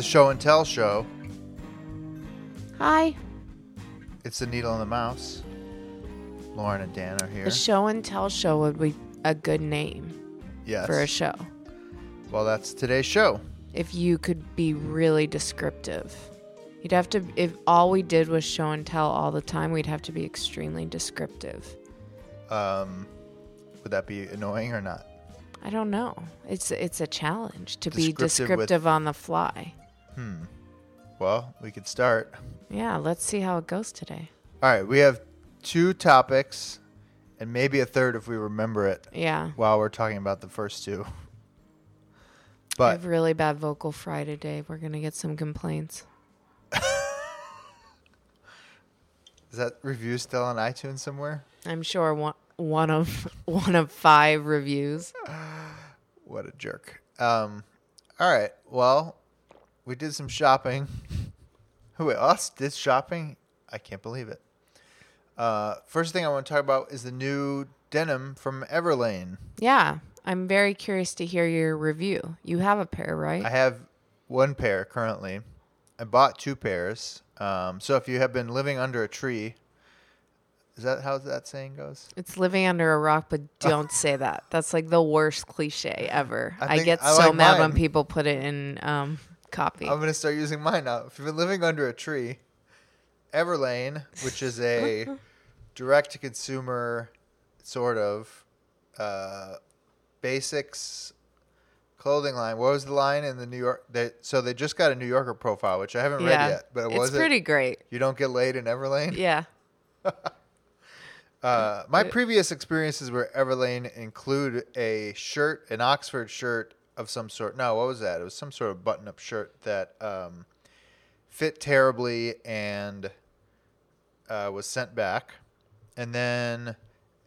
show and tell show. Hi. It's the needle and the mouse. Lauren and Dan are here. A show and tell show would be a good name yes. for a show. well, that's today's show. If you could be really descriptive, you'd have to, if all we did was show and tell all the time, we'd have to be extremely descriptive. Um, would that be annoying or not? I don't know. It's it's a challenge to be Descriptive with- descriptive on the fly. Well, we could start. Yeah, let's see how it goes today. All right, we have two topics and maybe a third if we remember it Yeah. while we're talking about the first two. I But have really bad vocal fry today. We're going to get some complaints. is that review still on iTunes somewhere? I'm sure one, one of one of five reviews. What a jerk. Um, all right. Well, we did some shopping. Who us did shopping? I can't believe it. Uh, first thing I want to talk about is the new denim from Everlane. Yeah, I'm very curious to hear your review. You have a pair, right? I have one pair currently. I bought two pairs. Um, so if you have been living under a tree, is that how that saying goes? it's living under a rock, but don't say that. That's like the worst cliche ever. I I, think get I so like mad when mine. people put it in um, copy. I'm gonna start using mine now. If you've been living under a tree, Everlane, which is a direct to consumer sort of uh, basics clothing line. What was the line in the New York? They, so they just got a New Yorker profile, which I haven't read yet, but it was it's pretty great. You don't get laid in Everlane. Yeah. Uh, my previous experiences were Everlane include a shirt, an Oxford shirt of some sort. No, what was that? It was some sort of button-up shirt that um, fit terribly and uh, was sent back, and then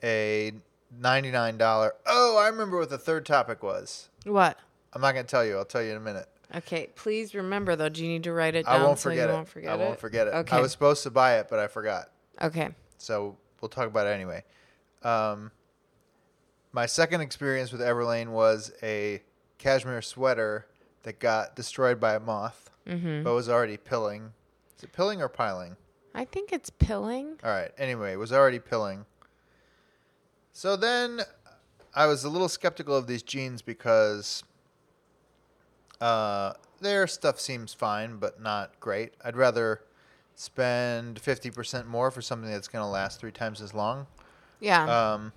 a ninety-nine dollar. Oh, I remember what the third topic was. What? I'm not gonna tell you. I'll tell you in a minute. Okay, please remember though. Do you need to write it down I won't so you forget it. won't forget I it? won't forget it. Okay. I was supposed to buy it, but I forgot. okay. so we'll talk about it anyway. Um, my second experience with Everlane was a cashmere sweater that got destroyed by a moth, but was already pilling. Is it pilling or piling? I think it's pilling. All right. Anyway, it was already pilling. So then I was a little skeptical of these jeans because uh, their stuff seems fine, but not great. I'd rather spend 50% more for something that's going to last three times as long Yeah. um,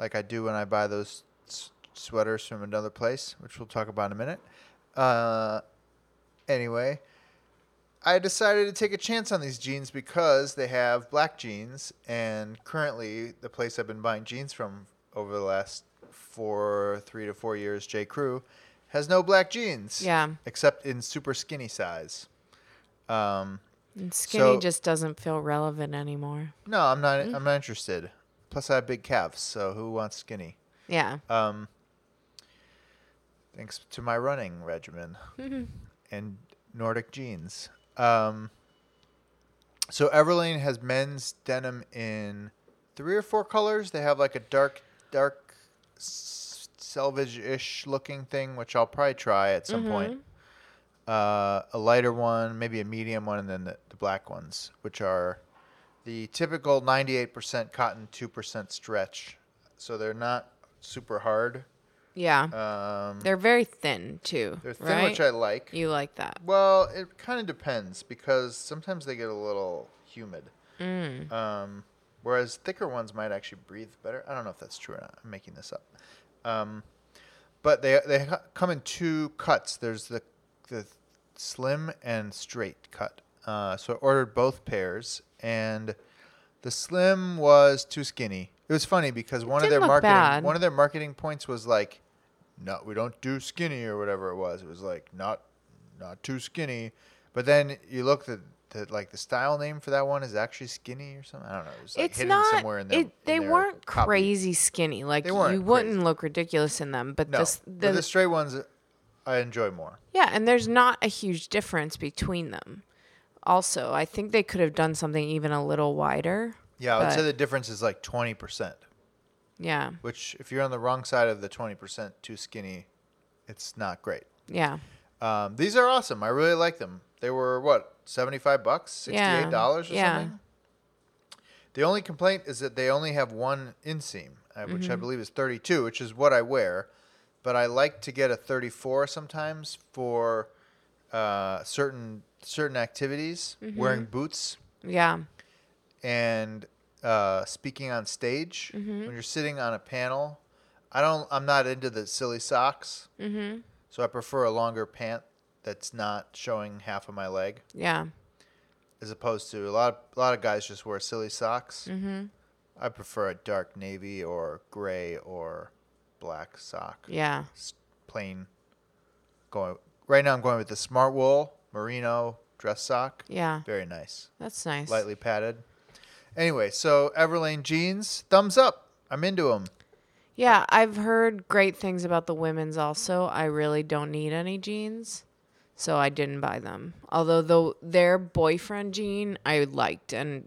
like I do when I buy those s- sweaters from another place, which we'll talk about in a minute. Uh, anyway, I decided to take a chance on these jeans because they have black jeans, and currently the place I've been buying jeans from over the last four, three to four years, J. Crew, has no black jeans. Yeah. except in super skinny size. Um, And skinny so- just doesn't feel relevant anymore. no, I'm not. I'm not interested. Plus, I have big calves, so who wants skinny? Yeah. Um, thanks to my running regimen and Nordic jeans. Um, so Everlane has men's denim in three or four colors. They have like a dark, dark, s- selvage-ish looking thing, which I'll probably try at some point. Uh, a lighter one, maybe a medium one, and then the, the black ones, which are the typical 98% cotton, 2% stretch. So they're not super hard. Yeah. Um, They're very thin too. they're thin, right? which I like. You like that? Well, it kind of depends because sometimes they get a little humid. Mm. Um, whereas thicker ones might actually breathe better. I don't know if that's true or not. I'm making this up. Um, but they they ha- come in two cuts. There's the the slim and straight cut. Uh, so I ordered both pairs, and the slim was too skinny. It was funny because one of didn't their look marketing bad. one of their marketing points was like, "No, we don't do skinny or whatever it was." It was like not not too skinny, but then you look at the, like the style name for that one is actually skinny or something. I don't know. It was like it's hidden not. somewhere in there. it, they weren't crazy skinny. Like They weren't you wouldn't crazy. look ridiculous in them. But No, this, but the, the straight ones, I enjoy more. yeah, and there's not a huge difference between them. Also, I think they could have done something even a little wider. Yeah, I would say But- the difference is like 20%, Yeah. which if you're on the wrong side of the 20% too skinny, it's not great. Yeah. Um, these are awesome. I really like them. They were what seventy five bucks, sixty eight dollars or Yeah. something. The only complaint is that they only have one inseam, uh, which I believe is thirty two, which is what I wear. But I like to get a thirty four sometimes for uh, certain certain activities, wearing boots Yeah. and uh, speaking on stage. Mm-hmm. When you're sitting on a panel, I don't. I'm not into the silly socks. Mm-hmm. So I prefer a longer pant that's not showing half of my leg, Yeah. as opposed to a lot of a lot of guys just wear silly socks. Mm-hmm. I prefer a dark navy or gray or black sock, Yeah. S- plain. Going right now, I'm going with the smart wool merino dress sock. Yeah. Very nice, That's nice. lightly padded. Anyway, so Everlane jeans, thumbs up. I'm into them. Yeah, I've heard great things about the women's also. I really don't need any jeans, so I didn't buy them. Although the, their boyfriend jean I liked and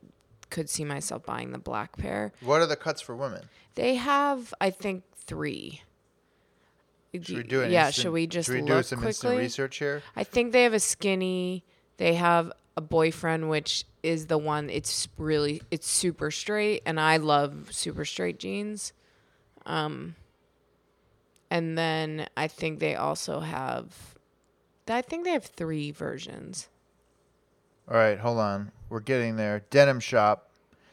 could see myself buying the black pair. What are the cuts for women? They have, I think, three. Should we do an yeah, instant- should we just should we look do some instant quickly? research here? I think they have a skinny. They have a boyfriend, which is the one. It's really it's super straight, and I love super straight jeans. Um, and then I think they also have. I think they have three versions. All right, hold on. We're getting there. Denim shop.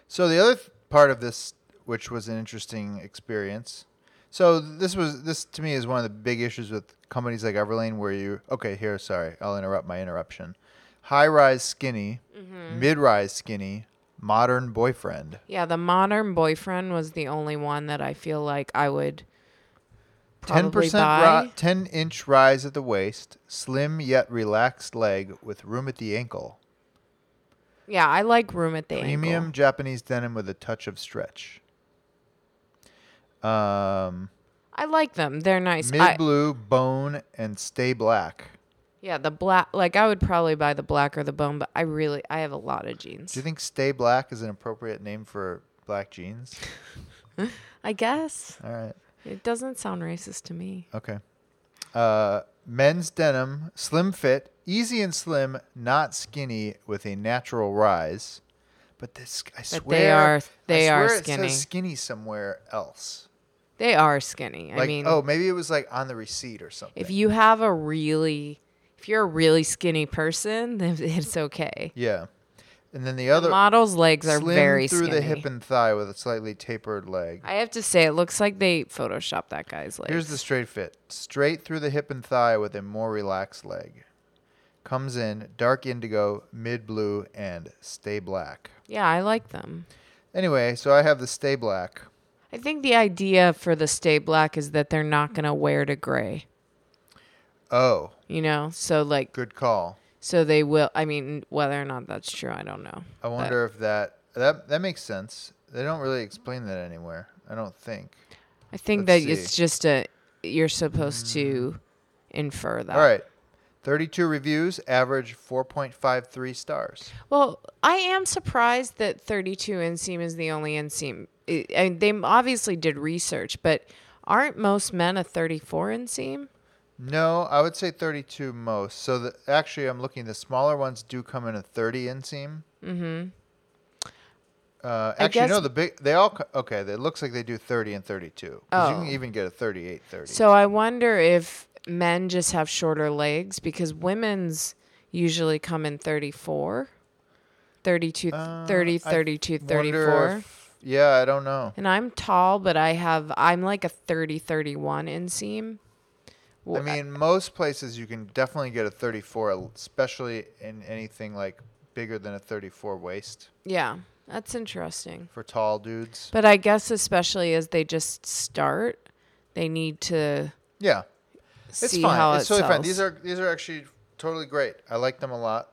So the other th- part of this, which was an interesting experience. So this was this to me is one of the big issues with companies like Everlane, where you okay here. Sorry, I'll interrupt my interruption. High rise skinny, Mm-hmm. mid rise skinny, modern boyfriend. Yeah, the modern boyfriend was the only one that I feel like I would. Ten Probably percent, buy. ri- ten inch rise at the waist, slim yet relaxed leg with room at the ankle. Yeah, I like room at the Premium ankle. Japanese denim with a touch of stretch. Um, I like them. They're nice. I- mid blue, bone, and stay black. Yeah, the black. Like I would probably buy the black or the bone, but I really I have a lot of jeans. Do you think stay black is an appropriate name for black jeans? I guess All right. it doesn't sound racist to me. Okay. Uh, men's denim, slim fit, easy and slim, not skinny, with a natural rise. But this, I they swear, are- I they are swear It skinny. says skinny somewhere else. They are skinny. Like, I mean, oh, maybe it was like on the receipt or something. if you have a really, if you're a really skinny person, then it's okay. yeah. And then the other Models' legs are slim very through skinny. the hip and thigh with a slightly tapered leg. I have to say, it looks like they photoshopped that guy's legs. Here's the straight fit. Straight through the hip and thigh with a more relaxed leg. Comes in dark indigo, mid blue, and stay black. yeah, I like them. Anyway, so I have the stay black. I think the idea for the stay black is that they're not gonna wear to gray. Oh, You know, so like good call. So they will. I mean, whether or not that's true, I don't know. I wonder if that that that makes sense. They don't really explain that anywhere. I don't think. I think Let's Mm. that it's just a. You're supposed to infer that. All right. 32 reviews, average 4.53 stars. Well, I am surprised that 32 inseam is the only inseam. I I mean, they obviously did research, but aren't most men a 34 inseam? No, I would say 32 most. So the, actually, I'm looking. The smaller ones do come in a 30 inseam. Mm-hmm. Uh, I actually, no. guess- The big they all co- okay. It looks like they do 30 and 32. 'cause you Oh. can even get a 38, 30. So I wonder if men just have shorter legs because women's usually come in 34, 32, Uh, 30, I 32, Wonder 34. if- yeah, I don't know. And I'm tall, but I have I'm like a 30 31 inseam. I Well, mean, most places you can definitely get a 34, especially in anything like bigger than a 34 waist yeah, that's interesting. for tall dudes. But I guess especially as they just start, they need to Yeah, it's see fine. how it's it totally sells. fine. These are these are actually totally great. I like them a lot.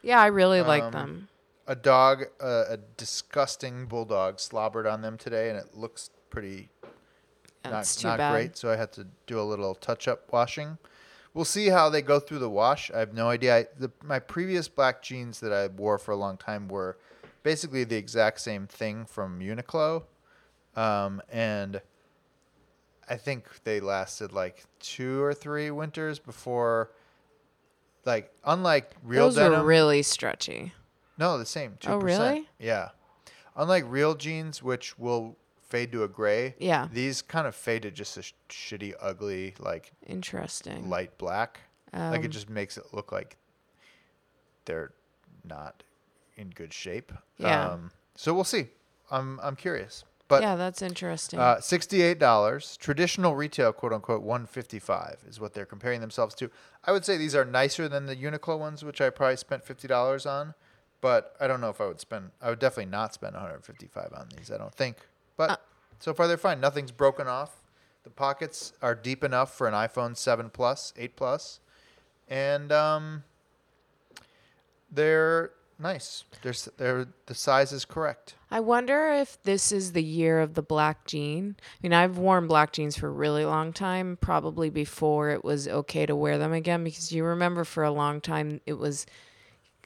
yeah, I really um, like them. a dog, uh, a disgusting bulldog, slobbered on them today, and it looks pretty That's not, too not bad. great. So I had to do a little touch-up washing. We'll see how they go through the wash. I have no idea. I, the, my previous black jeans that I wore for a long time were basically the exact same thing from Uniqlo, um, and I think they lasted like two or three winters before like unlike real Those denim. were really stretchy. no, the same. 2%. Oh, really? Yeah. Unlike real jeans, which will fade to a gray. Yeah. These kind of fade to just a sh- shitty, ugly, like Interesting. light black. like it Um, just makes it look like they're not in good shape. Yeah. Um, so we'll see. I'm I'm curious. But yeah, that's interesting. uh, sixty-eight dollars, traditional retail, quote unquote, one fifty-five is what they're comparing themselves to. I would say these are nicer than the Uniqlo ones, which I probably spent fifty dollars on. But I don't know if I would spend. I would definitely not spend one hundred fifty-five on these. I don't think. But Uh. so far they're fine. Nothing's broken off. The pockets are deep enough for an iPhone seven plus, eight plus, and um, they're nice. They're s- they're the size is correct. I wonder if this is the year of the black jean. I mean, I've worn black jeans for a really long time, probably before it was okay to wear them again, because you remember for a long time it was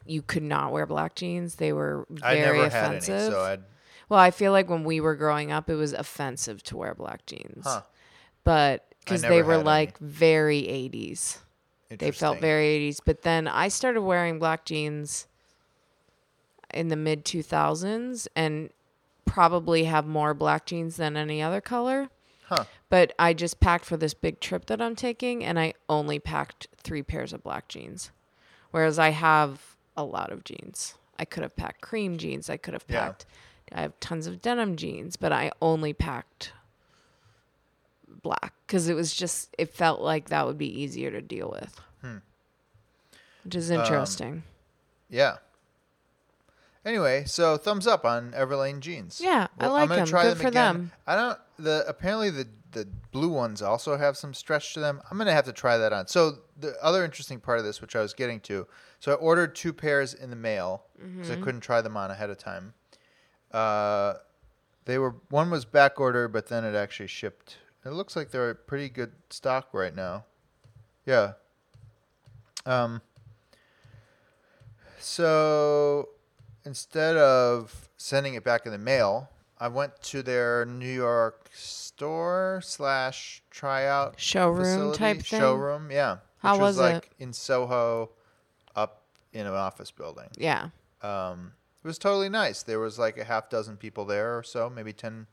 you could not wear black jeans. They were very I never offensive. had any, so I'd well, I feel like when we were growing up, it was offensive to wear black jeans, Huh. but because they never were had like very 80s. They felt Interesting. very 80s. But then I started wearing black jeans in the mid 2000s and probably have more black jeans than any other color. Huh. But I just packed for this big trip that I'm taking and I only packed three pairs of black jeans. Whereas I have a lot of jeans. I could have packed cream jeans. I could have Yeah. packed, I have tons of denim jeans, but I only packed black because it was just it felt like that would be easier to deal with Hmm. which is Um, interesting Yeah. Anyway, so thumbs up on Everlane jeans. Yeah, I like gonna them. Good for them. I don't. The apparently the the blue ones also have some stretch to them. I'm gonna have to try that on. So the other interesting part of this, which I was getting to, so I ordered two pairs in the mail because Mm-hmm. I couldn't try them on ahead of time. Uh, they were one was back order, but then it actually shipped. It looks like they're at pretty good stock right now. Yeah. Um. So instead of sending it back in the mail, I went to their New York store slash tryout Showroom facility, type thing? Showroom, yeah. How which was was like in Soho, up in an office building. yeah Um, it was totally nice. There was like a half dozen people there or so, maybe 10,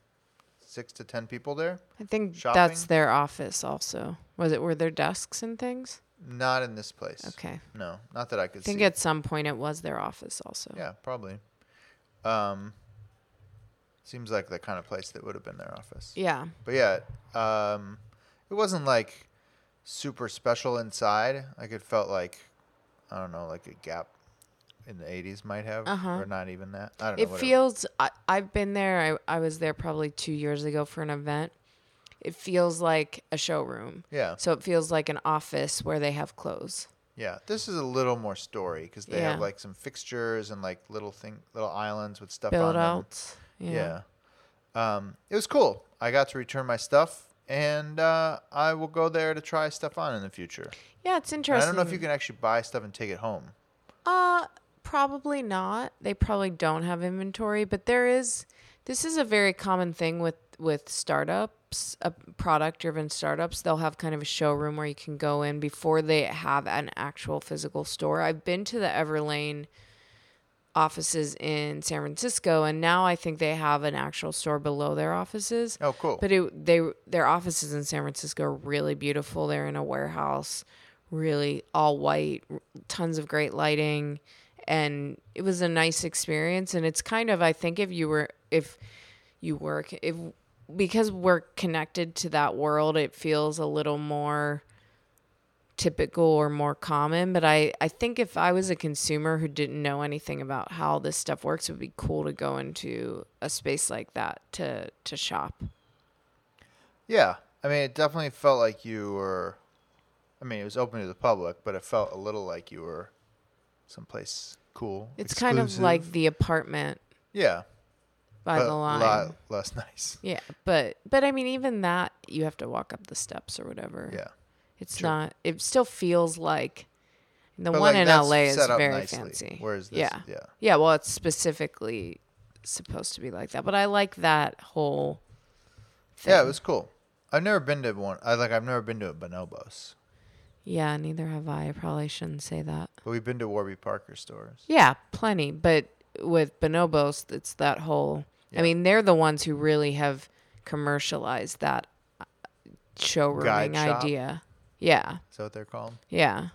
six to 10 people there. i think that's Shopping? their office also was it were there desks and things Not in this place. okay No, not that I could i think see. at some point it was their office also Yeah, probably. Um, seems like the kind of place that would have been their office. yeah But yeah, um, it wasn't like super special inside. Like it felt like I don't know, like a Gap in the '80s might have, Uh-huh. or not even that. I don't it know. whatever. feels I, i've been there I, I was there probably two years ago for an event it feels like a showroom yeah, so it feels like an office where they have clothes yeah. This is a little more story because they have Yeah. like some fixtures and like little thing, little islands with stuff on build them. outs Yeah. Um, it was cool. I got to return my stuff, and uh, I will go there to try stuff on in the future. yeah it's And interesting I don't know if you can actually buy stuff and take it home. Uh, probably not. They probably don't have inventory, but there is. This is a very common thing with with startups, uh, product driven startups. They'll have kind of a showroom where you can go in before they have an actual physical store. I've been to the Everlane offices in San Francisco, and now I think they have an actual store below their offices. Oh, cool. But it, they their offices in San Francisco are really beautiful. They're in a warehouse, really all white, r- tons of great lighting, and it was a nice experience. And it's kind of I think if you were if you work if because we're connected to that world, it feels a little more typical or more common but I, I think if i was a consumer who didn't know anything about how this stuff works it would be cool to go into a space like that to to shop Yeah. I mean, it definitely felt like you were. I mean, it was open to the public, but it felt a little like you were someplace cool. It's kind of exclusive. like the apartment Yeah. by but the a line. lot less nice. Yeah, but but I mean even that you have to walk up the steps or whatever. Yeah. It's true. not it still feels like the But, one like, in that's LA is set up very nicely, fancy. whereas this- yeah. yeah. Yeah, well it's specifically supposed to be like that, but I like that whole thing. Yeah, it was cool. I've never been to one. I like. I've never been to a bonobos. Yeah, neither have I. I probably shouldn't say that. But we've been to Warby Parker stores. Yeah, plenty. But with bonobos, it's that whole. Yeah. I mean, they're the ones who really have commercialized that uh, showrooming shop? idea. Yeah, Is that what they're called? yeah.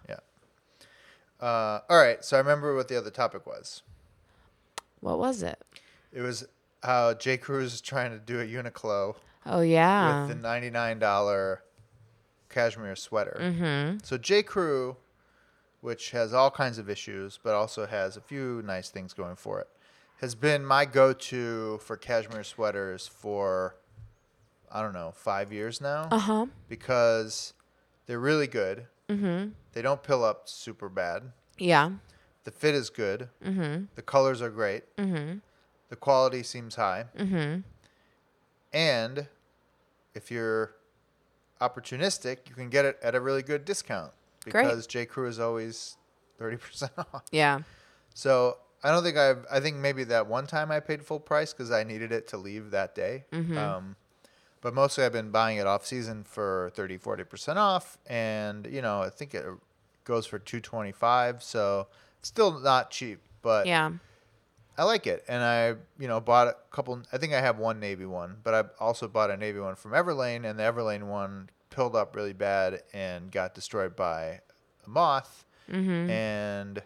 Uh, all right. So I remember what the other topic was. What was it? It was how J. Crew is trying to do a Uniqlo Oh yeah. with the ninety-nine dollar cashmere sweater. Mm-hmm. So J. Crew, which has all kinds of issues, but also has a few nice things going for it, has been my go-to for cashmere sweaters for I don't know five years now Uh huh. because they're really good. Mm-hmm. They don't pill up super bad. Yeah. The fit is good. Mm-hmm. The colors are great. Mm-hmm. The quality seems high. Mm-hmm. And if you're opportunistic, you can get it at a really good discount Great. because J. Crew is always thirty percent off. Yeah. So I don't think I've. I think maybe that one time I paid full price because I needed it to leave that day. Um, but mostly I've been buying it off season for 30, 40 percent off, and you know I think it goes for two twenty five. So it's still not cheap, but Yeah. I like it. And I you know bought a couple. I think I have one navy one, but I also bought a navy one from Everlane, and the Everlane one pilled up really bad and got destroyed by a moth Mm-hmm. and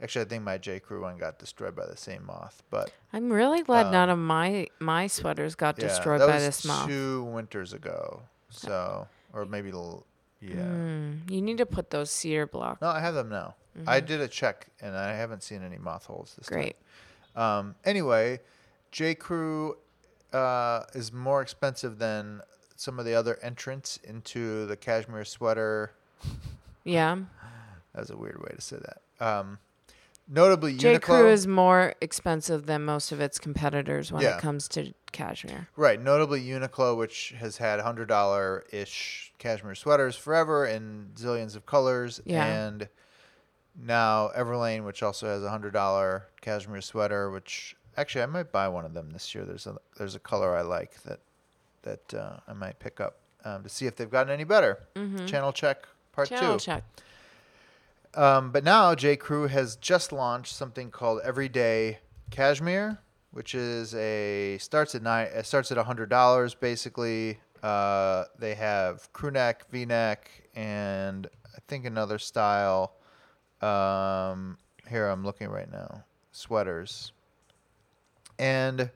actually, I think my J Crew one got destroyed by the same moth. But I'm really glad none Um, of my my sweaters got yeah, destroyed that by was this moth. two winters ago. So, or maybe, l- yeah. Mm, you need to put those cedar blocks. No, I have them now. I did a check, and I haven't seen any moth holes this Mm-hmm. Great. time. Um, anyway, J Crew uh, is more expensive than some of the other entrants into the cashmere sweater. Yeah. That was a weird way to say that. Um, notably, J. Uniqlo. Crew is more expensive than most of its competitors when Yeah. it comes to cashmere. Right, notably Uniqlo, which has had hundred dollar ish cashmere sweaters forever in zillions of colors, Yeah. and now Everlane, which also has a hundred dollar cashmere sweater. Which actually, I might buy one of them this year. There's a there's a color I like that that uh, I might pick up um, to see if they've gotten any better. Channel check part Mm-hmm. Channel two. check. Um, but now J. Crew has just launched something called Everyday Cashmere, which is a starts at nine it starts at hundred dollars basically. Uh, they have crew neck, V neck, and I think another style. Um, here I'm looking right now sweaters, and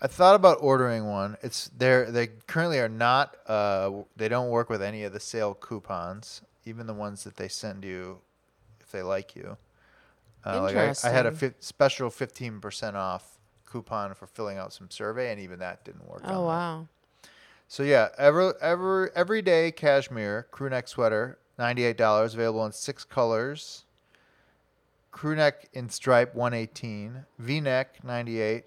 I thought about ordering one. It's they're they currently are not uh they don't work with any of the sale coupons, even the ones that they send you if they like you. Uh, like I, I had a Interesting. fif- special fifteen percent off coupon for filling out some survey, and even that didn't work. Oh on them. wow. So yeah, ever ever everyday cashmere crew neck sweater, ninety eight dollars, available in six colors. Crew neck in stripe, one eighteen. V neck, ninety eight,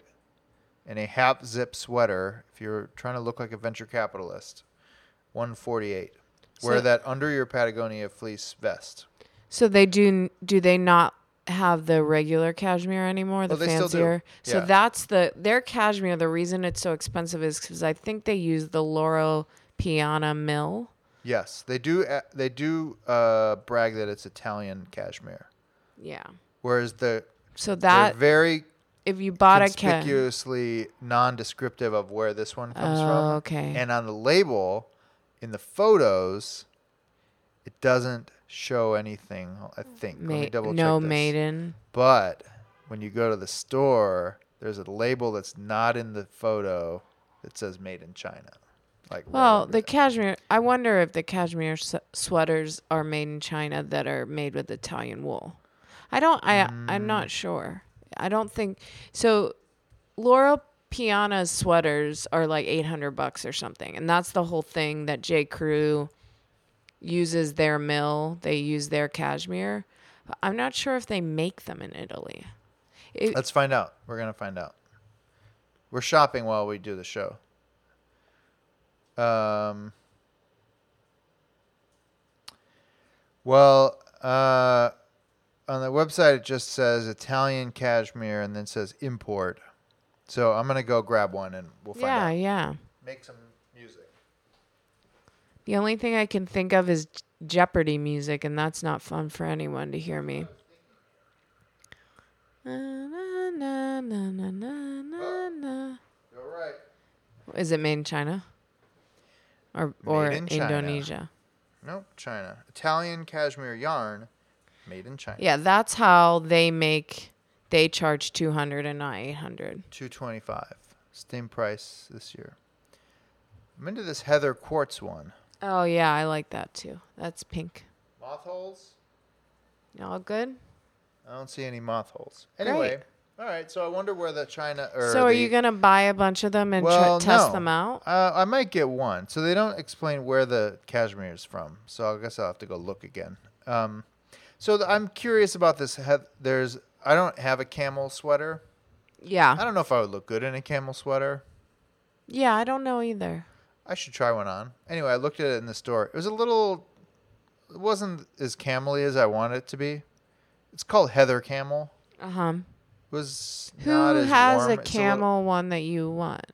and a half zip sweater. If you're trying to look like a venture capitalist, one forty eight. Wear So- that under your Patagonia fleece vest. So they do do they not have the regular cashmere anymore, the they still do. fancier? So Yeah. that's the their cashmere. The reason it's so expensive is because I think they use the Laurel Piana mill. Yes, they do. a- They do uh, brag that it's Italian cashmere, Yeah. whereas the So they're that very if you bought a ca- conspicuously non-descriptive of where this one comes Oh, from. okay. And on the label, in the photos, it doesn't show anything. I think. Let me ma- double no check this. maiden. But when you go to the store, there's a label that's not in the photo that says "Made in China." Like right Well, under the it. cashmere. I wonder if the cashmere s- sweaters are made in China that are made with Italian wool. I don't. I. I'm not sure. I don't think so. Laurel Piana's sweaters are like 800 bucks or something, and that's the whole thing that J. Crew uses their mill. They use their cashmere. But I'm not sure if they make them in Italy. It- Let's find out. We're gonna find out. We're shopping while we do the show. Um. Well, uh, on the website it just says Italian cashmere and then says import. So I'm gonna go grab one and we'll find yeah, out. yeah. Make some music. The only thing I can think of is Jeopardy music, and that's not fun for anyone to hear me. Na, na, na, na, na, na, na, na. All right. Is it made in China? Or or in China. Indonesia? Nope, China. Italian cashmere yarn made in China. Yeah, that's how they make. They charge two hundred and not eight hundred. 225 Steam price this year. I'm into this heather quartz one. Oh yeah, I like that too. That's pink. Moth holes? All good. I don't see any moth holes. Great. Anyway, all right. So I wonder where the China or so are the- you gonna buy a bunch of them and Well, tr- test no. them out? Uh, I might get one. So they don't explain where the cashmere is from. So I guess I'll have to go look again. Um, so th- I'm curious about this. Heath- There's I don't have a camel sweater. I Yeah. don't know if I would look good in a camel sweater. Yeah, I don't know either. I should try one on. Anyway, I looked at it in the store. It was a little. It wasn't as camely as I wanted it to be. It's called Heather Camel. Uh huh. It was Who not as has warm. a It's little- camel one that you want?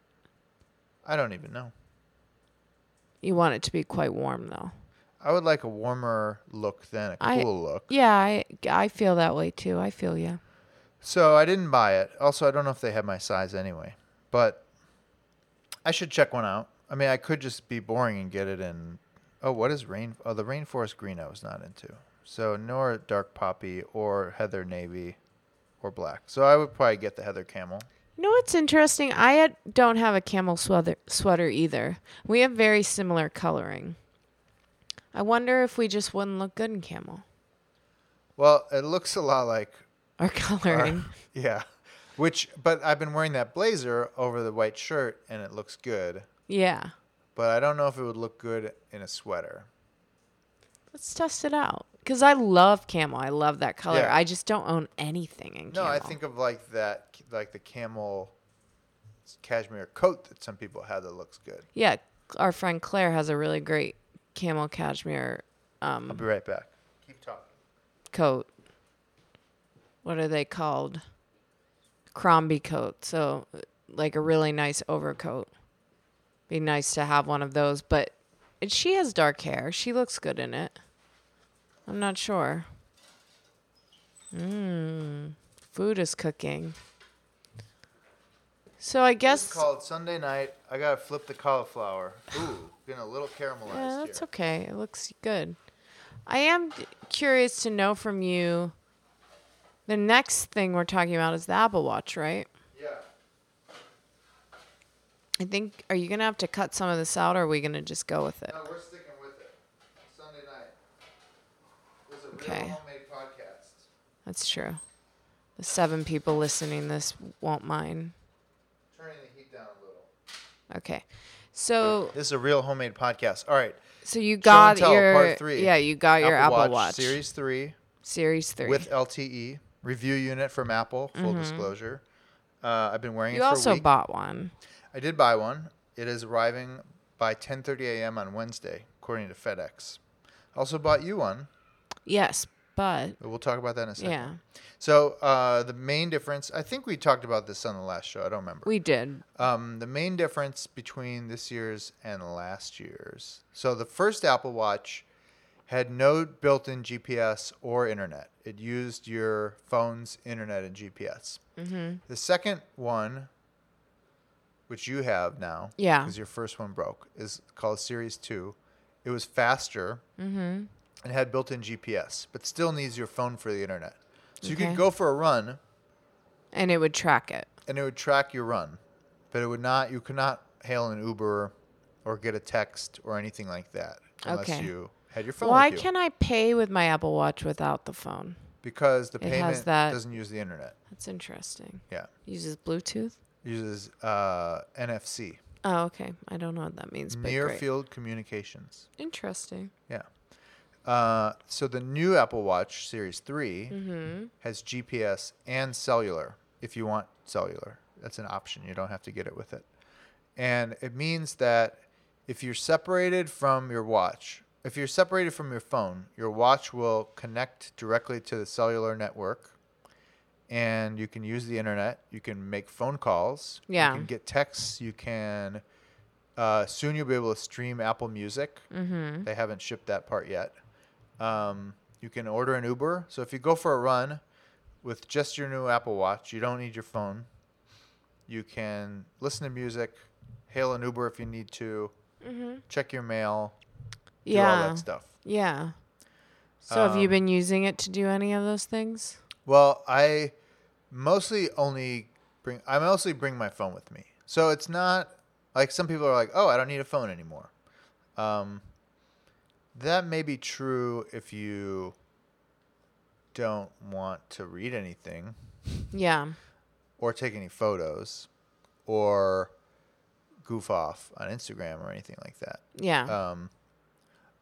I don't even know. You want it to be quite warm though. I would like a warmer look than a I- cool look. Yeah, I I feel that way too. I feel you. So I didn't buy it. Also, I don't know if they had my size anyway, but I should check one out. I mean, I could just be boring and get it in. Oh, what is rain? Oh, the rainforest green I was not into. So nor dark poppy or heather navy or black. So I would probably get the heather camel. You know what's interesting? I had, don't have a camel sweater sweater either. We have very similar coloring. I wonder if we just wouldn't look good in camel. Well, it looks a lot like Our our- coloring. yeah. Which, but I've been wearing that blazer over the white shirt, and it looks good. yeah. But I don't know if it would look good in a sweater. Let's test it out. Because I love camel. I love that color. Yeah. I just don't own anything in No, camel. I think of like that, like the camel cashmere coat that some people have that looks good. Yeah. Our friend Claire has a really great camel cashmere I'll um, be right back. Keep talking. coat. What are they called? Crombie coat. So, like a really nice overcoat. Be nice to have one of those. But and she has dark hair. She looks good in it. I'm not sure. Mmm. Food is cooking. So I It's guess called Sunday night. I gotta flip the cauliflower. Ooh, getting a little caramelized Yeah, that's here. okay. It looks good. I am d- curious to know from you. The next thing we're talking about is the Apple Watch, right? Yeah. I think. Are you gonna have to cut some of this out, or are we gonna just go with it? No, we're sticking with it. Sunday night. It was a Okay. real homemade podcast. That's true. The seven people listening this won't mind. Turning the heat down a little. Okay, so This is a real homemade podcast. All right. so you Show got and tell, your part three. yeah, you got Uh, your Apple Watch, series three. Series three. with LTE review unit from Apple. Full disclosure, uh, I've been wearing Mm-hmm. you it for a also week. bought one. I did buy one. It is arriving by 10:30 a.m. on Wednesday, according to FedEx. Also bought you one, Yes, but but we'll talk about that in a second. yeah, So uh, the main difference, I think we talked about this on the last show. I don't remember. we did. Um, the main difference between this year's and last year's. So the first Apple Watch had no built-in GPS or internet. It used your phone's internet and GPS. Mm-hmm. The second one, which you have now, Yeah. because your first one broke, is called Series Two. It was faster Mm-hmm. and had built-in GPS, but still needs your phone for the internet. So you Okay. could go for a run And it would track it. and it would track your run, but it would not. You could not hail an Uber or get a text or anything like that unless Okay. you had your phone. Why with you. can I pay with my Apple Watch without the phone? because the has payment that- doesn't use the internet. That's interesting. Yeah, Uses Bluetooth. It uses uh, NFC, Oh, okay. I don't know what that means. But near great. field communications. Interesting. Yeah. Uh, so the new Apple Watch Series 3 has GPS and cellular if you want cellular. That's an option. You don't have to get it with it. And it means that if you're separated from your watch, if you're separated from your phone, your watch will connect directly to the cellular network and you can use the internet. You can make phone calls. Yeah. You can get texts. You can Uh, soon you'll be able to stream Apple Music. Mm-hmm. They haven't shipped that part yet. Um, you can order an Uber. So if you go for a run with just your new Apple Watch, you don't need your phone. You can listen to music, hail an Uber if you need to, check your mail, do all Yeah. that stuff. Um, Yeah. So have you been using it to do any of those things? Well, I mostly only bring I mostly bring my phone with me. So it's not like some people are like, "Oh, I don't need a phone anymore." Um, that may be true if you don't want to read anything Yeah. or take any photos or goof off on Instagram or anything like that. Yeah. Um,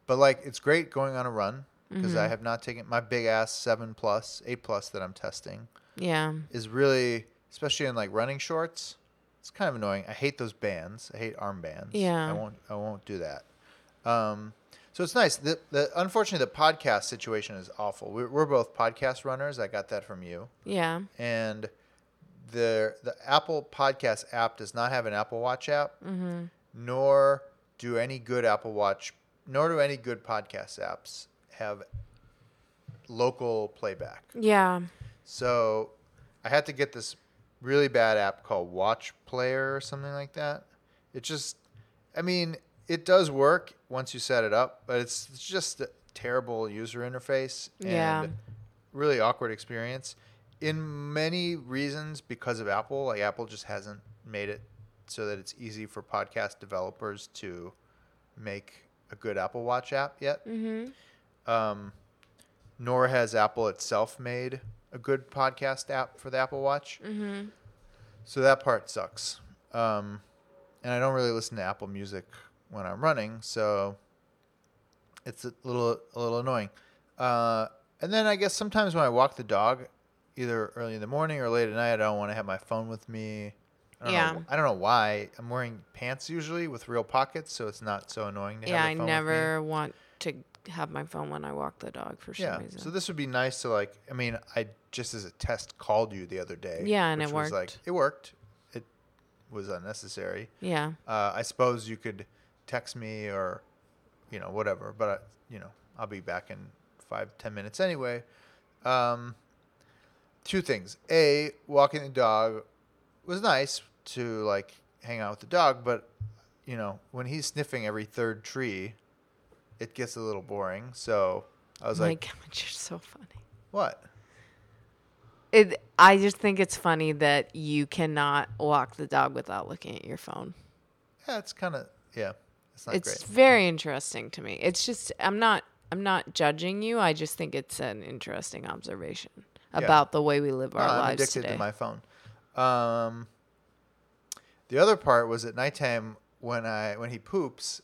but like, it's great going on a run because I have not taken my big ass seven plus, eight plus that I'm testing yeah. is really, especially in like running shorts. It's kind of annoying. I hate those bands. I hate armbands. Yeah. I won't. I won't do that. Um, so it's nice. The, the unfortunately, the podcast situation is awful. We're, we're both podcast runners. I got that from you. Yeah. And the the Apple Podcast app does not have an Apple Watch app, nor do any good Apple Watch, nor do any good podcast apps have local playback. Yeah. So I had to get this really bad app called Watch Player or something like that. It just, I mean, it does work once you set it up, but it's, it's just a terrible user interface and Yeah. really awkward experience. In many reasons, because of Apple, like Apple just hasn't made it so that it's easy for podcast developers to make a good Apple Watch app yet Mhm. um, nor has Apple itself made a good podcast app for the Apple Watch. Mhm. So that part sucks. Um, and I don't really listen to Apple Music when I'm running, so it's a little a little annoying. Uh, and then I guess sometimes when I walk the dog, either early in the morning or late at night, I don't want to have my phone with me. I don't Yeah. Know, I don't know why. I'm wearing pants usually with real pockets, so it's not so annoying to Yeah, have I my phone with me. never want to have my phone when I walk the dog for some Yeah. reason. So this would be nice to like. I mean, I just as a test called you the other day. Yeah, and which it was like worked. it worked. It was unnecessary. yeah. Uh, I suppose you could text me or, you know, whatever. But I, you know, I'll be back in five ten minutes anyway. Um, two things: a walking the dog was nice to like hang out with the dog, but you know, when he's sniffing every third tree, it gets a little boring. So I was my like, God, you're so funny. what? It, I just think it's funny that you cannot walk the dog without looking at your phone. Yeah, it's kind of yeah. It's not it's great. very interesting to me. It's just I'm not I'm not judging you. I just think it's an interesting observation about the way we live No, our I'm lives addicted today. to my phone. Um, the other part was at nighttime when I when he poops,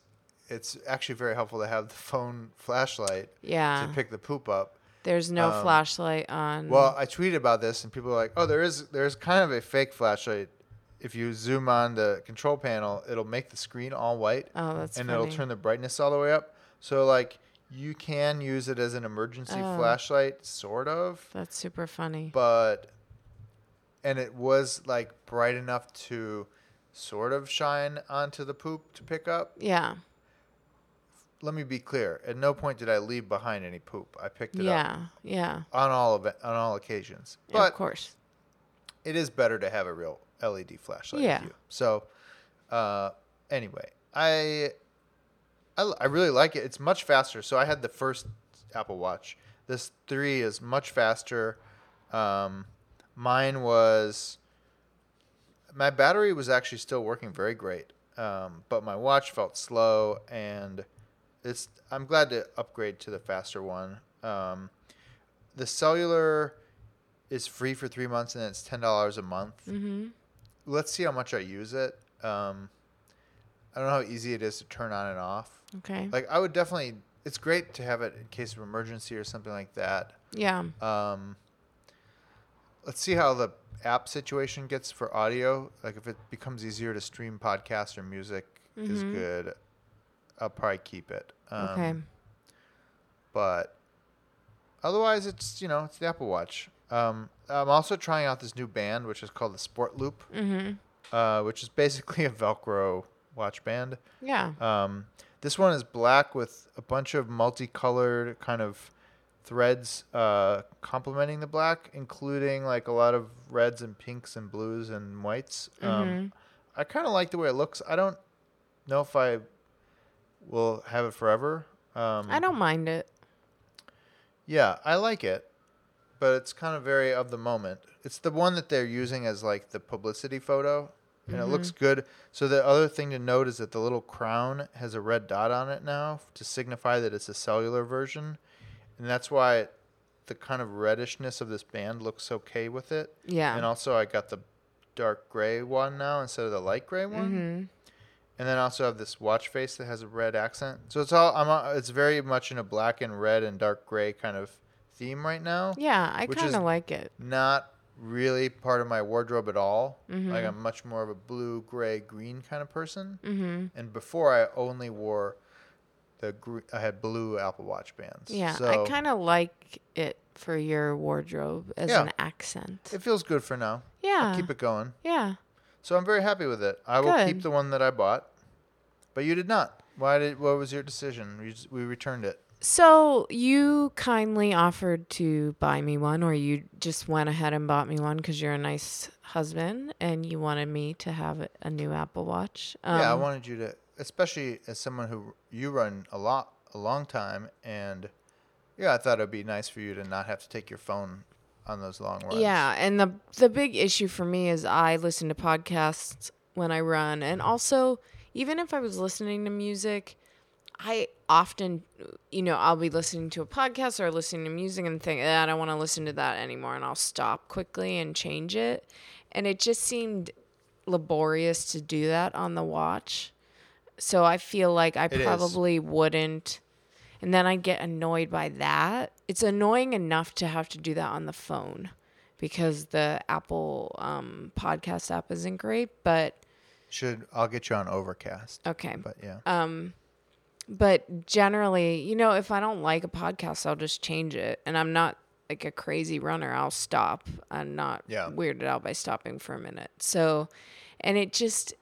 it's actually very helpful to have the phone flashlight yeah. to pick the poop up. There's no um, flashlight on. Well, I tweeted about this and people are like, "Oh, there is there's kind of a fake flashlight. If you zoom on the control panel, it'll make the screen all white oh, that's and funny. it'll turn the brightness all the way up. So like you can use it as an emergency Oh. flashlight sort of. That's super funny. but and it was like bright enough to sort of shine onto the poop to pick up. yeah. Let me be clear. At no point did I leave behind any poop. I picked it up Yeah. Yeah. on all of it, on all occasions. yeah. Of But course. it is better to have a real LED flashlight. Yeah. Yeah. You. So uh, anyway, I, I I really like it. It's much faster. So I had the first Apple Watch. This three is much faster. Um, mine was my battery was actually still working very great, um, but my watch felt slow, and it's. I'm glad to upgrade to the faster one. Um, the cellular is free for three months, and it's ten dollars a month. Mm-hmm. Let's see how much I use it. Um, I don't know how easy it is to turn on and off. Okay. Like I would definitely. It's great to have it in case of emergency or something like that. yeah. Um, let's see how the app situation gets for audio. Like if it becomes easier to stream podcasts or music is Mhm. good. I'll probably keep it. Um, okay. But otherwise, it's you know it's the Apple Watch. Um, I'm also trying out this new band, which is called the Sport Loop, Mm-hmm. uh, which is basically a Velcro watch band. Yeah. Um, this one is black with a bunch of multicolored kind of threads uh, complementing the black, including like a lot of reds and pinks and blues and whites. Mm-hmm. Um, I kind of like the way it looks. I don't know if I will have it forever. Um, I don't mind it. yeah, I like it, but it's kind of very of the moment. It's the one that they're using as like the publicity photo, and it looks good. So the other thing to note is that the little crown has a red dot on it now to signify that it's a cellular version, and that's why it, the kind of reddishness of this band looks okay with it. Yeah. And also, I got the dark gray one now instead of the light gray one. Mm-hmm. And then I also have this watch face that has a red accent. So it's all I'm. uh, It's very much in a black and red and dark gray kind of theme right now. Yeah, I Which kind is- of like it. Not really part of my wardrobe at all. Like I'm much more of a blue, gray, green kind of person. Mm-hmm. And before I only wore the gr- I had blue Apple Watch bands. Yeah, So I kind of like it for your wardrobe as Yeah. an accent. it feels good for now. yeah. I'll keep it going. Yeah. So I'm very happy with it. I will keep Good. the one that I bought, but you did not. Why did? What was your decision? We, just, we returned it. So you kindly offered to buy me one, or you just went ahead and bought me one because you're a nice husband and you wanted me to have a new Apple Watch. Um, yeah, I wanted you to, especially as someone who you run a lot, a long time, and yeah, I thought it'd be nice for you to not have to take your phone on those long runs. Yeah, and the the big issue for me is I listen to podcasts when I run, and also even if I was listening to music, I often, you know, I'll be listening to a podcast or listening to music and think, eh, I don't want to listen to that anymore, and I'll stop quickly and change it, and it just seemed laborious to do that on the watch. So I feel like I is. probably wouldn't. And then I get annoyed by that. It's annoying enough to have to do that on the phone because the Apple um, podcast app isn't great. But should I'll get you on Overcast, okay. but yeah, uh, But generally, you know, if I don't like a podcast, I'll just change it. And I'm not like a crazy runner. I'll stop. I'm not Yeah. weirded out by stopping for a minute. So, and it just,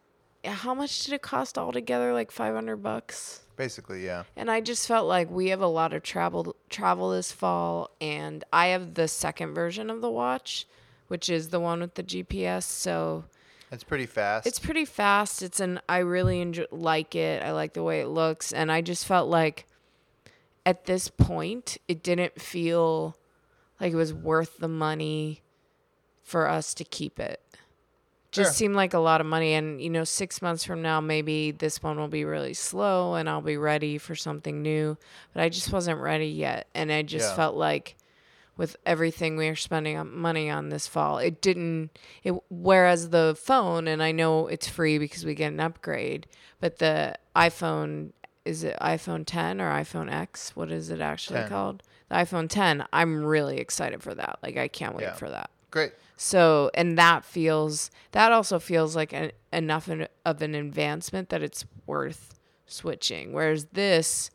how much did it cost altogether? Like 500 bucks? basically, yeah, And I just felt like we have a lot of travel travel this fall, and I have the second version of the watch, which is the one with the GPS. So it's pretty fast. it's pretty fast. It's an I really enjoy, like it. I like the way it looks, and I just felt like at this point it didn't feel like it was worth the money for us to keep it. Just Sure. seemed like a lot of money, and you know, six months from now, maybe this one will be really slow, and I'll be ready for something new. But I just wasn't ready yet, and I just Yeah. felt like with everything we are spending on money on this fall. It didn't it whereas the phone and I know it's free because we get an upgrade, but the iPhone is it iPhone 10 or iPhone X? What is it actually 10. called? The iPhone 10. I'm really excited for that. Like I can't wait Yeah. for that. Great, So, and that feels that also feels like an, enough an, of an advancement that it's worth switching. Whereas this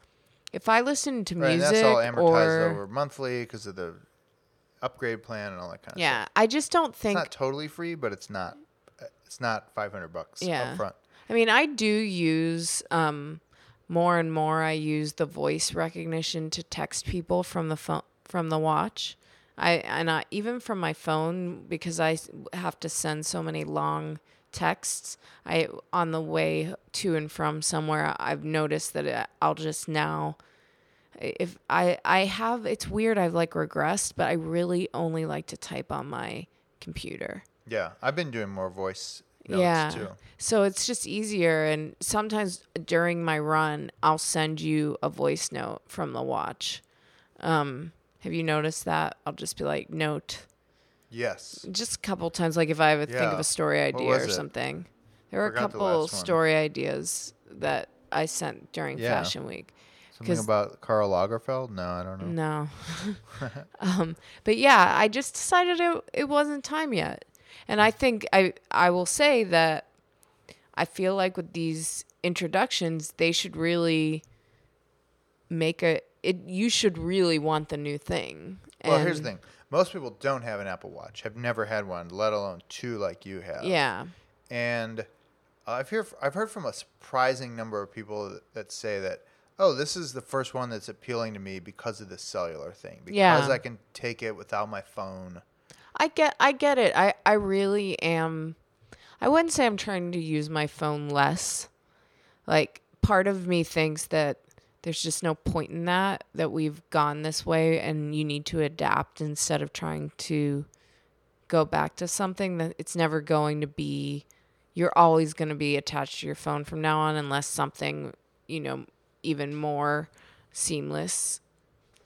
if I listen to right? And music that's all amortized or over monthly because of the upgrade plan and all that kind of stuff. yeah, I just don't It's think not totally free, but it's not. It's not five hundred bucks Yeah. up front. I mean, I do use um, more and more. I use the voice recognition to text people from the phone from the watch. I and I, even from my phone because I s- have to send so many long texts. I on the way to and from somewhere. I've noticed that I- I'll just now. If I I have it's weird I've like regressed but I really only like to type on my computer. Yeah, I've been doing more voice notes too. So it's just easier. And sometimes during my run, I'll send you a voice note from the watch. Um, have you noticed that? I'll just be like, note. Yes, Just a couple times, like if I ever think of Yeah. a story What idea was or it? something. There were a Forgot the couple last one. story ideas that I sent during Yeah. Fashion Week. something 'Cause- about Karl Lagerfeld. No, I don't know. No. um, but yeah, I just decided it, it wasn't time yet. And I think I I will say that I feel like with these introductions, they should really make a it you should really want the new thing. Well, here's the And- thing. Most people don't have an Apple Watch, have never had one, let alone two like you have. Yeah. And Uh, I've hear I've heard from a surprising number of people that, that say that oh this is the first one that's appealing to me because of the cellular thing because Yeah. I can take it without my phone. I get I get it. I I really am I wouldn't say I'm trying to use my phone less. Like part of me thinks that there's just no point in that that we've gone this way and you need to adapt instead of trying to go back to something that it's never going to be you're always going to be attached to your phone from now on unless something, you know, even more seamless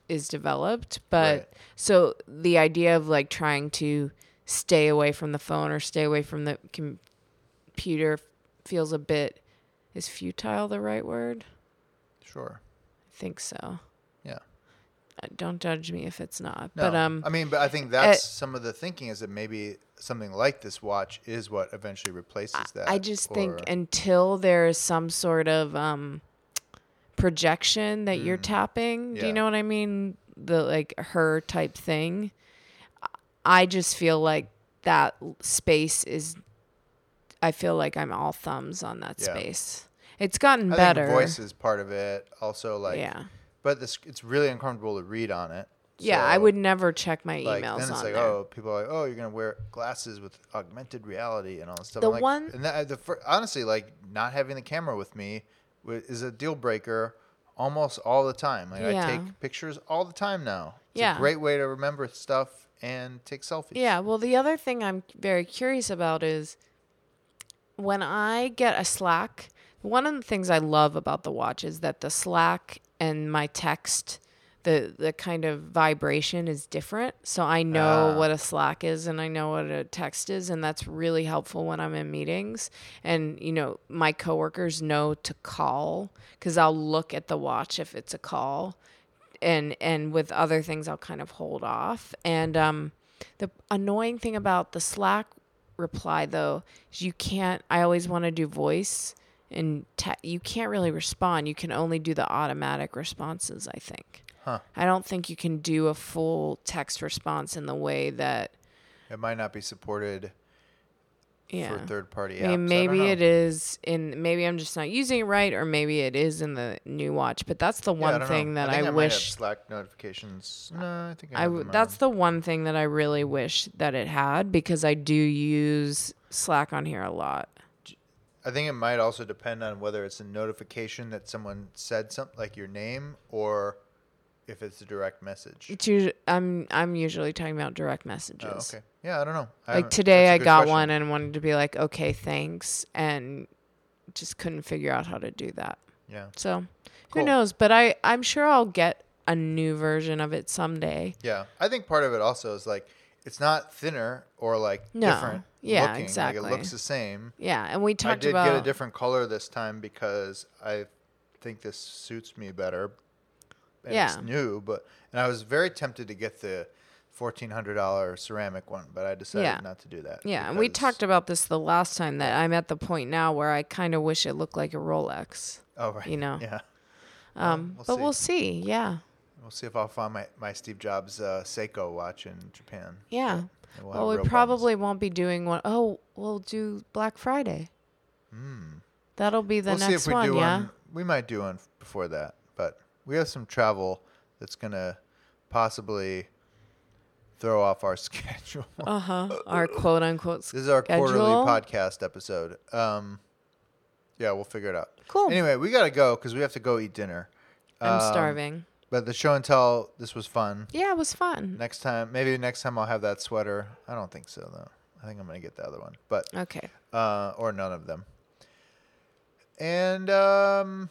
is developed. But Right. so the idea of like trying to stay away from the phone or stay away from the com- computer feels a bit is futile the right word? Sure. I think so. Yeah. Uh, Don't judge me if it's not. No. But um I mean, but I think that's some of the thinking is that maybe something like this watch is what eventually replaces that. I just or- think until there is some sort of um, projection that you're tapping, do Mm. Yeah. you know what I mean? The like her type thing. I just feel like that l- space is. I feel like I'm all thumbs on that Yeah. space. It's gotten I better. think voice is part of it. Also, like, yeah, but this it's really uncomfortable to read on it. yeah. I So, would never check my Like, emails then it's on like, there. oh, people are like, oh, you're gonna wear glasses with augmented reality and all this stuff. The I'm like- one- and that, the fir- honestly, like, not having the camera with me wa- is a deal breaker almost all the time. Like, Yeah. I take pictures all the time now. It's Yeah. a great way to remember stuff and take selfies. Yeah. Well, the other thing I'm very curious about is when I get a Slack, one of the things I love about the watch is that the Slack and my text, the, the kind of vibration is different. So I know Ah. what a Slack is and I know what a text is. And that's really helpful when I'm in meetings. And, you know, my coworkers know to call because I'll look at the watch if it's a call and and with other things I'll kind of hold off. And um, the annoying thing about the Slack reply though is you can't. I always want to do voice and te- you can't really respond. You can only do the automatic responses. I think. Huh. I don't think you can do a full text response in the way that It might not be supported yeah. for third party apps. I mean, maybe it is in. Maybe I'm just not using it right, or maybe it is in the new watch. But that's the one thing that I, I, think might have wish Slack notifications. No, I think I, I have w- them that's on. the one thing that I really wish that it had because I do use Slack on here a lot. I think it might also depend on whether it's a notification that someone said something like your name or if it's a direct message. It's usually, I'm I'm usually talking about direct Oh, messages. okay. Yeah, I don't know. I Like haven't- today, that's a I good got question. one and wanted to be like, okay, thanks, and just couldn't figure out how to do that. Yeah. So Cool. who knows? But I I'm sure I'll get a new version of it someday. Yeah. I think part of it also is like it's not thinner or like No. different. Yeah, looking. exactly. Like it looks the same. Yeah, and we I talked did about get a different color this time because I think this suits me better. And Yeah. It's new, but and I was very tempted to get the fourteen hundred dollar ceramic one, but I decided Yeah. not to do that. yeah, and we because- talked about this the last time that I'm at the point now where I kind of wish it looked like a Rolex. Oh right. you know. Yeah. Um, we'll but see. we'll see. Yeah. We'll see if I'll find my, my Steve Jobs uh, Seiko watch in Japan. Yeah. And have Well, real we buttons. probably won't be doing one oh, we'll do Black Friday. That'll be the Hmm. we'll next see if we one, do yeah. one. We might do one before that, but we have some travel that's gonna possibly throw off our schedule. Uh huh. Our quote unquote This is our quarterly schedule. podcast episode. Um, yeah, we'll figure it out. Cool. Anyway, we gotta go because we have to go eat dinner. Oh. I'm Um, starving. But the show and tell, this was fun. Yeah, it was fun. Next time, maybe next time I'll have that sweater. I don't think so though. I think I'm gonna get the other one, but Okay. uh, or none of them. And um,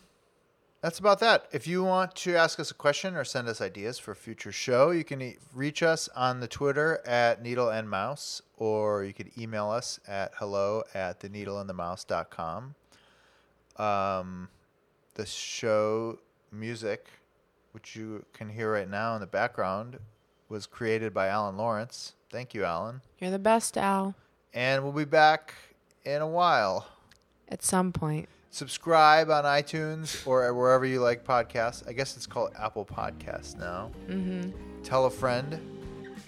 that's about that. If you want to ask us a question or send us ideas for a future show, you can e- reach us on the Twitter at Needle and Mouse, or you could email us at hello at the needle and the mouse.com. Um, the show music, which you can hear right now in the background, was created by Alan Lawrence. Thank you, Alan. You're the best, Al, And we'll be back in a while. at some point. Subscribe on iTunes or wherever you like podcasts. I guess it's called Apple Podcasts now. Mm-hmm. Tell a friend,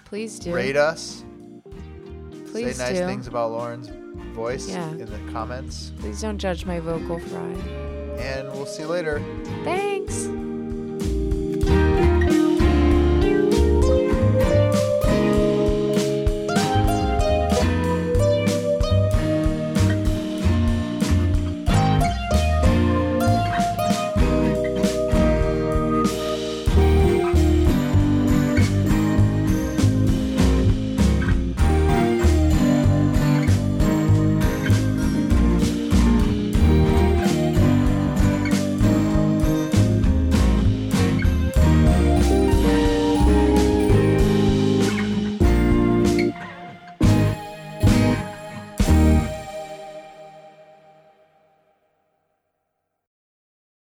Please do. rate us, Please say nice do. things about Lauren's voice Yeah. in the comments. Please don't judge my vocal fry. And we'll see you later. Thanks.